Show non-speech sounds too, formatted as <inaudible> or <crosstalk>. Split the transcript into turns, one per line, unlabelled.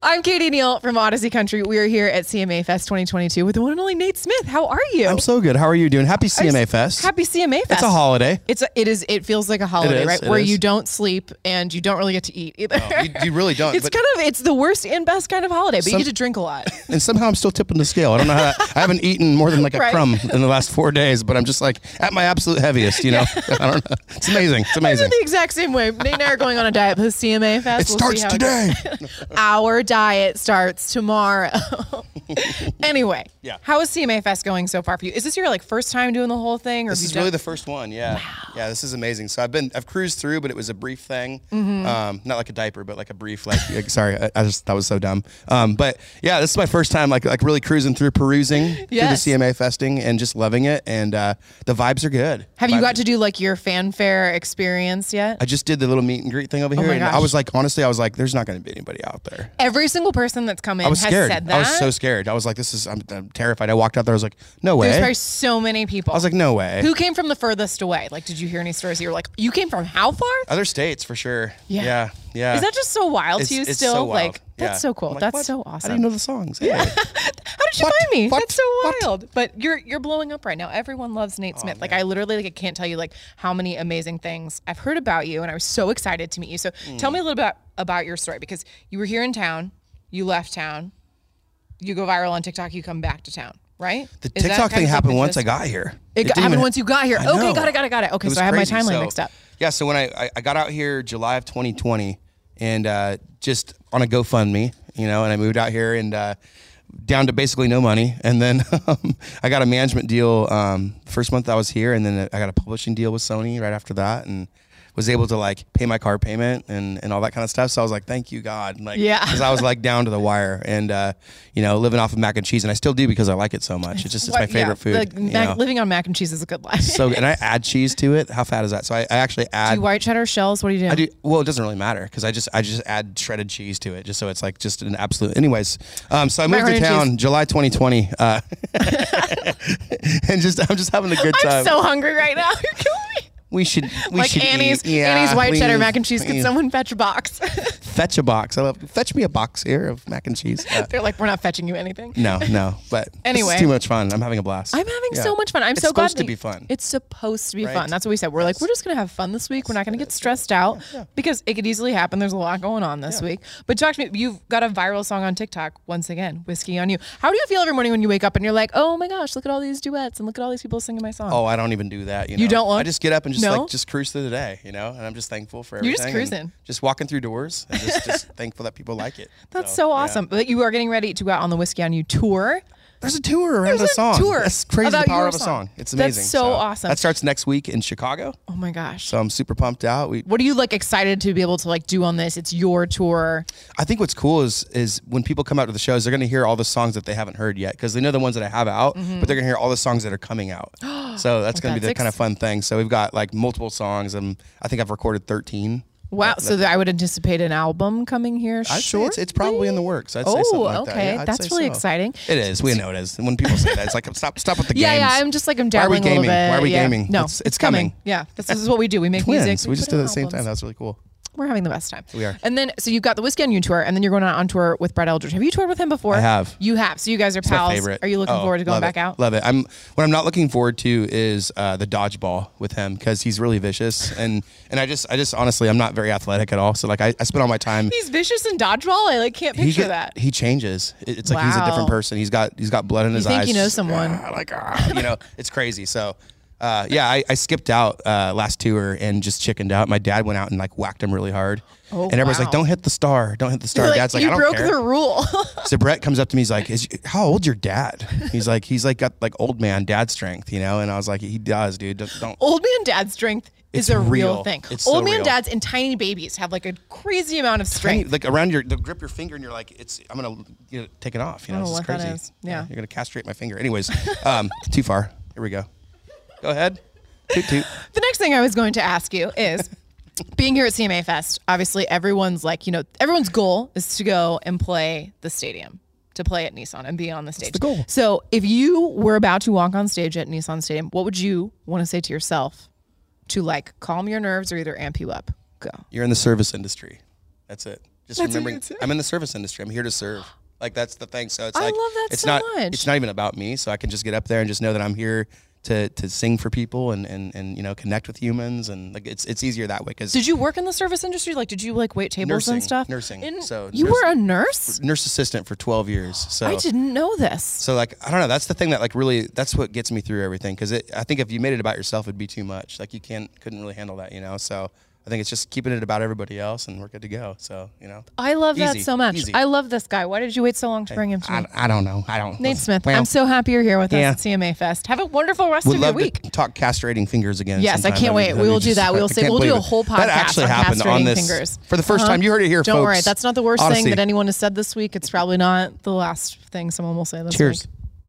I'm Katie Neal from Odyssey Country. We are here at CMA Fest 2022 with the one and only Nate Smith. How are you?
I'm so good. How are you doing? Happy CMA Fest.
Happy CMA Fest.
It's
<laughs>
a holiday.
It's a, it is it feels like a holiday,
is,
right?
it
Where
is. Oh,
you don't sleep and you don't really get to eat either.
you,
<laughs>
you really don't.
it's
but-
kind of it's the worst and best kind of holiday, but you
Some-
get to drink a
<laughs>
lot.
and somehow I'm still tipping the scale. I don't know how. I haven't eaten more than like
<laughs>
a
Right.
crumb in the last four days, but I'm just like at my absolute heaviest.
<laughs>
You know, <laughs> I don't know. It's amazing. It's
I feel
amazing.
the exact same way. Nate and I are going on a diet post CMA Fest.
It
We'll see
starts
how goes.
today.
Our diet starts tomorrow. <laughs> anyway,
Yeah.
how is CMA Fest going so far for you? Is this your like first time doing the whole thing, or have
This
you
is
done-
really the first one, yeah. Yeah, this is amazing. So I've been I've cruised through, but it was a brief thing,
Mm-hmm.
um, not like a diaper, but like a brief like. like, sorry, I, I just that was so dumb. Um, but yeah, this is my first time like like really cruising through, perusing
Yes.
through the CMA festing, and just loving it. And uh, the vibes are good.
Have you
Vibes-
got to do like your fanfare experience yet?
I just did the little meet and greet thing over here,
Oh my
and I
gosh.
was like, honestly, I was like, there's not going to be anybody out there.
Every single person that's come in
I was
has
scared.
said that.
I was so scared. I was like, this is I'm, I'm terrified. I walked out there. I was like, no way.
There's
I
probably so many people. I
was like, no way.
who came from the furthest away? Like, did you hear any stories? You were like, you came from how far?
Other states for sure.
Yeah.
yeah, yeah.
Is that just so wild
Uh, It's-
to you
it's
still?
so wild.
like, that's
Yeah.
so cool.
I'm like,
that's
what?
so
I
awesome.
didn't know the songs. <laughs> Yeah.
How did you
What?
find me?
What?
That's so
What? Oh,
wild. But you're you're blowing up right now. Everyone loves Nate Smith. like I literally like I can't tell you like how many amazing things I've heard about you and I was so excited to meet you. So
Mm.
tell me a little bit about your story because you were here in town, you left town, you go viral on TikTok, you come back to town, right?
The
Is that
TikTok
kind of
thing
like
happened
the
once I
gist?
got here.
It,
didn't
got happened
even-
once you got here.
I
okay,
know.
got it, got it, got it. Okay,
was
so I have my
crazy.
timeline
So-
mixed up.
Yeah, so when I, I, I got out here July of 2020 and uh, just on a GoFundMe, you know, and I moved out here and uh, down to basically no money. And then <laughs> um, I got a management deal um, first month I was here, and then I got a publishing deal with Sony right after that, and was able to like pay my car payment and, and all that kind of stuff. So I was like, thank you God, And, like
Yeah.
because I was like down to the wire and uh, you know living off of mac and cheese, and I still do because I like it so much. It's just it's my
What- yeah,
favorite food.
Like,
you
mac-
know?
living on mac and cheese is a good life.
<laughs> so and I add cheese to it. How fat is that? So I, I actually add.
you white cheddar shells. What do you do?
I do. Well, it doesn't really matter because I just I just add shredded cheese to it, just so it's like just an absolute. Anyways, um, so I moved
Macaroni
to
and
town July 2020, uh, <laughs> and just I'm just having a good
I'm
time.
so hungry right now. <laughs> You're killing me.
we should we
like
should
Annie's,
eat. Yeah,
Annie's white cheddar
please,
mac and cheese. Could
please.
someone fetch a
<laughs>
box?
fetch a box? I love fetch me a box here of mac and cheese.
<laughs>
Uh,
They're like, we're not fetching you anything.
no, no, but
Anyway.
it's too much fun. I'm having a blast.
I'm having
Yeah.
so much fun. I'm
it's
so glad.
supposed to
that-
be fun.
It's supposed to be fun.
Right.
That's what we said. We're like, we're just gonna have fun this week. We're not gonna get stressed out because it could easily happen. There's a lot going on this week. But talk to me. You've got a viral song on TikTok once again. Whiskey on you. How do you feel every morning when you wake up and you're like, oh my gosh, look at all these duets and look at all these people singing my song.
Oh, I don't even do that. You, know?
don't look?
I just get up and just
No?
like just cruise through the day, you know. And I'm just thankful for
You're
everything.
just
and
cruising.
just walking through doors,
<laughs>
and just, just thankful that people like it.
That's so
yeah.
awesome. But you are getting ready to go out on the Whiskey on You tour.
There's a tour around
There's
a song.
a tour
<laughs> That's crazy. The
about your
power of a
song.
song. It's
That's
amazing.
so awesome.
That starts next week in Chicago.
Oh my gosh.
So I'm super pumped out. We
What are you like excited to be able to like do on this? It's your tour.
I think what's cool is is when people come out to the shows, they're gonna hear all the songs that they haven't heard yet because they know the ones that I have out, but they're gonna hear all the songs that are
<gasps>
coming out. so that's gonna be
Mm-hmm. that's
the
ex-
kind of fun thing. So we've got like multiple songs, and I think I've recorded 13.
Wow. So that I would anticipate an album coming here.
I'd say
sure.
it's, it's probably in the works. I'd say
Oh,
something like that.
okay.
Yeah, I'd
That's
say
really
so.
exciting.
It is. We know it is. And when people say that, it's like stop, stop with the
Yeah,
games.
yeah. I'm just like I'm
Why are we
dabbling a little
gaming?
bit.
Why are we
Yeah.
gaming?
No,
It's- it's coming. Uh,
Yeah, this is what we do. We make
Twins.
music.
We just
put
did it
out
at the same time.
albums.
That's really cool.
We're having the best time. We
are.
And then so you've got the Whiskey on You tour, and then you're going out on tour with Brett Eldridge. Have you toured with him before? I
have.
You have. So you guys are
It's my
pals.
favorite.
Are you looking
Oh,
forward to going
love
back
it.
out?
Love it. I'm what I'm not looking forward to is uh, the dodgeball with him because he's really vicious and and I just I just honestly I'm not very athletic at all. So like I, I spend all my time.
He's vicious in dodgeball. I like can't
he
picture
get-
that.
<laughs> he changes. It- It's like he's a
Wow.
different person. He's got he's got blood in his
think
eyes.
you know someone.
Ah, like ah, you know, it's crazy. So. Uh, yeah, I, I skipped out uh, last tour and just chickened out. My dad went out and like whacked him really hard,
Oh,
and everybody's
wow.
like, "Don't hit the star! Don't hit the star!" Dad's like,
you
"I don't
broke
care."
the
<laughs>
rule.
So Brett comes up to me. He's like, "Is how old's your dad?" He's like, "He's like got like old man dad strength, you know." And I was like, "He does, dude. Don't." don't.
old man dad's strength is
It's
a real,
real.
thing.
It's
old
so
man
real.
dads and tiny babies have like a crazy amount of
Tiny-
strength.
like around your, they'll grip your finger, and you're like, "It's I'm gonna you know, take it off." You
I
know,
don't
it's
know
just
Oh, what that
crazy.
is. Yeah.
you're gonna castrate my finger. Anyways, um, <laughs> too far. Here we go. Go ahead. Toot toot.
The next thing I was going to ask you
<laughs>
is being here at CMA Fest, obviously everyone's like, you know, everyone's goal is to go and play the stadium, to play at Nissan and be on the stage.
the goal.
So if you were about to walk on stage at Nissan Stadium, what would you want to say to yourself to like calm your nerves or either amp you up? Go.
You're in the service industry. That's it. Just
That's what
remembering
you'd say.
I'm in the service industry. I'm here to serve. Like that's the thing. So it's
I
like
love that
it's
so
not
much.
it's not even about me. So I can just get up there and just know that I'm here to to sing for people and and and you know connect with humans and like it's it's easier that way because
Did you work in the service industry? Like, did you like wait tables
Nursing,
and stuff?
nursing.
In-
So
you
nurs-
were a nurse.
nurse assistant for 12 years. So
I didn't know this.
So like I don't know. That's the thing that like really that's what gets me through everything because it. I think if you made it about yourself, it'd be too much. Like you can't couldn't really handle that, you know. So I think it's just keeping it about everybody else, and we're good to go. So you know.
I love that
Easy,
so much.
easy.
I love this guy. Why did you wait so long to bring him to me?
I, I don't know. I don't.
Nate Smith,
Well,
I'm so happy you're here with
Yeah.
us at CMA Fest. Have a wonderful rest
Would
of your
love
week.
to talk castrating fingers again.
Yes, I
sometime.
can't
That'd be-
wait. We
that'd
will
be
do that. We
I
will say-
can't
we'll do a
believe it.
whole podcast
That actually
on
happened on
castrating
this
fingers.
for the 1st
Uh-huh.
time. You heard it here,
Don't
folks.
worry, that's not the worst
Honestly,
thing that anyone has said this week. It's probably not the last thing someone will say this
Cheers.
week.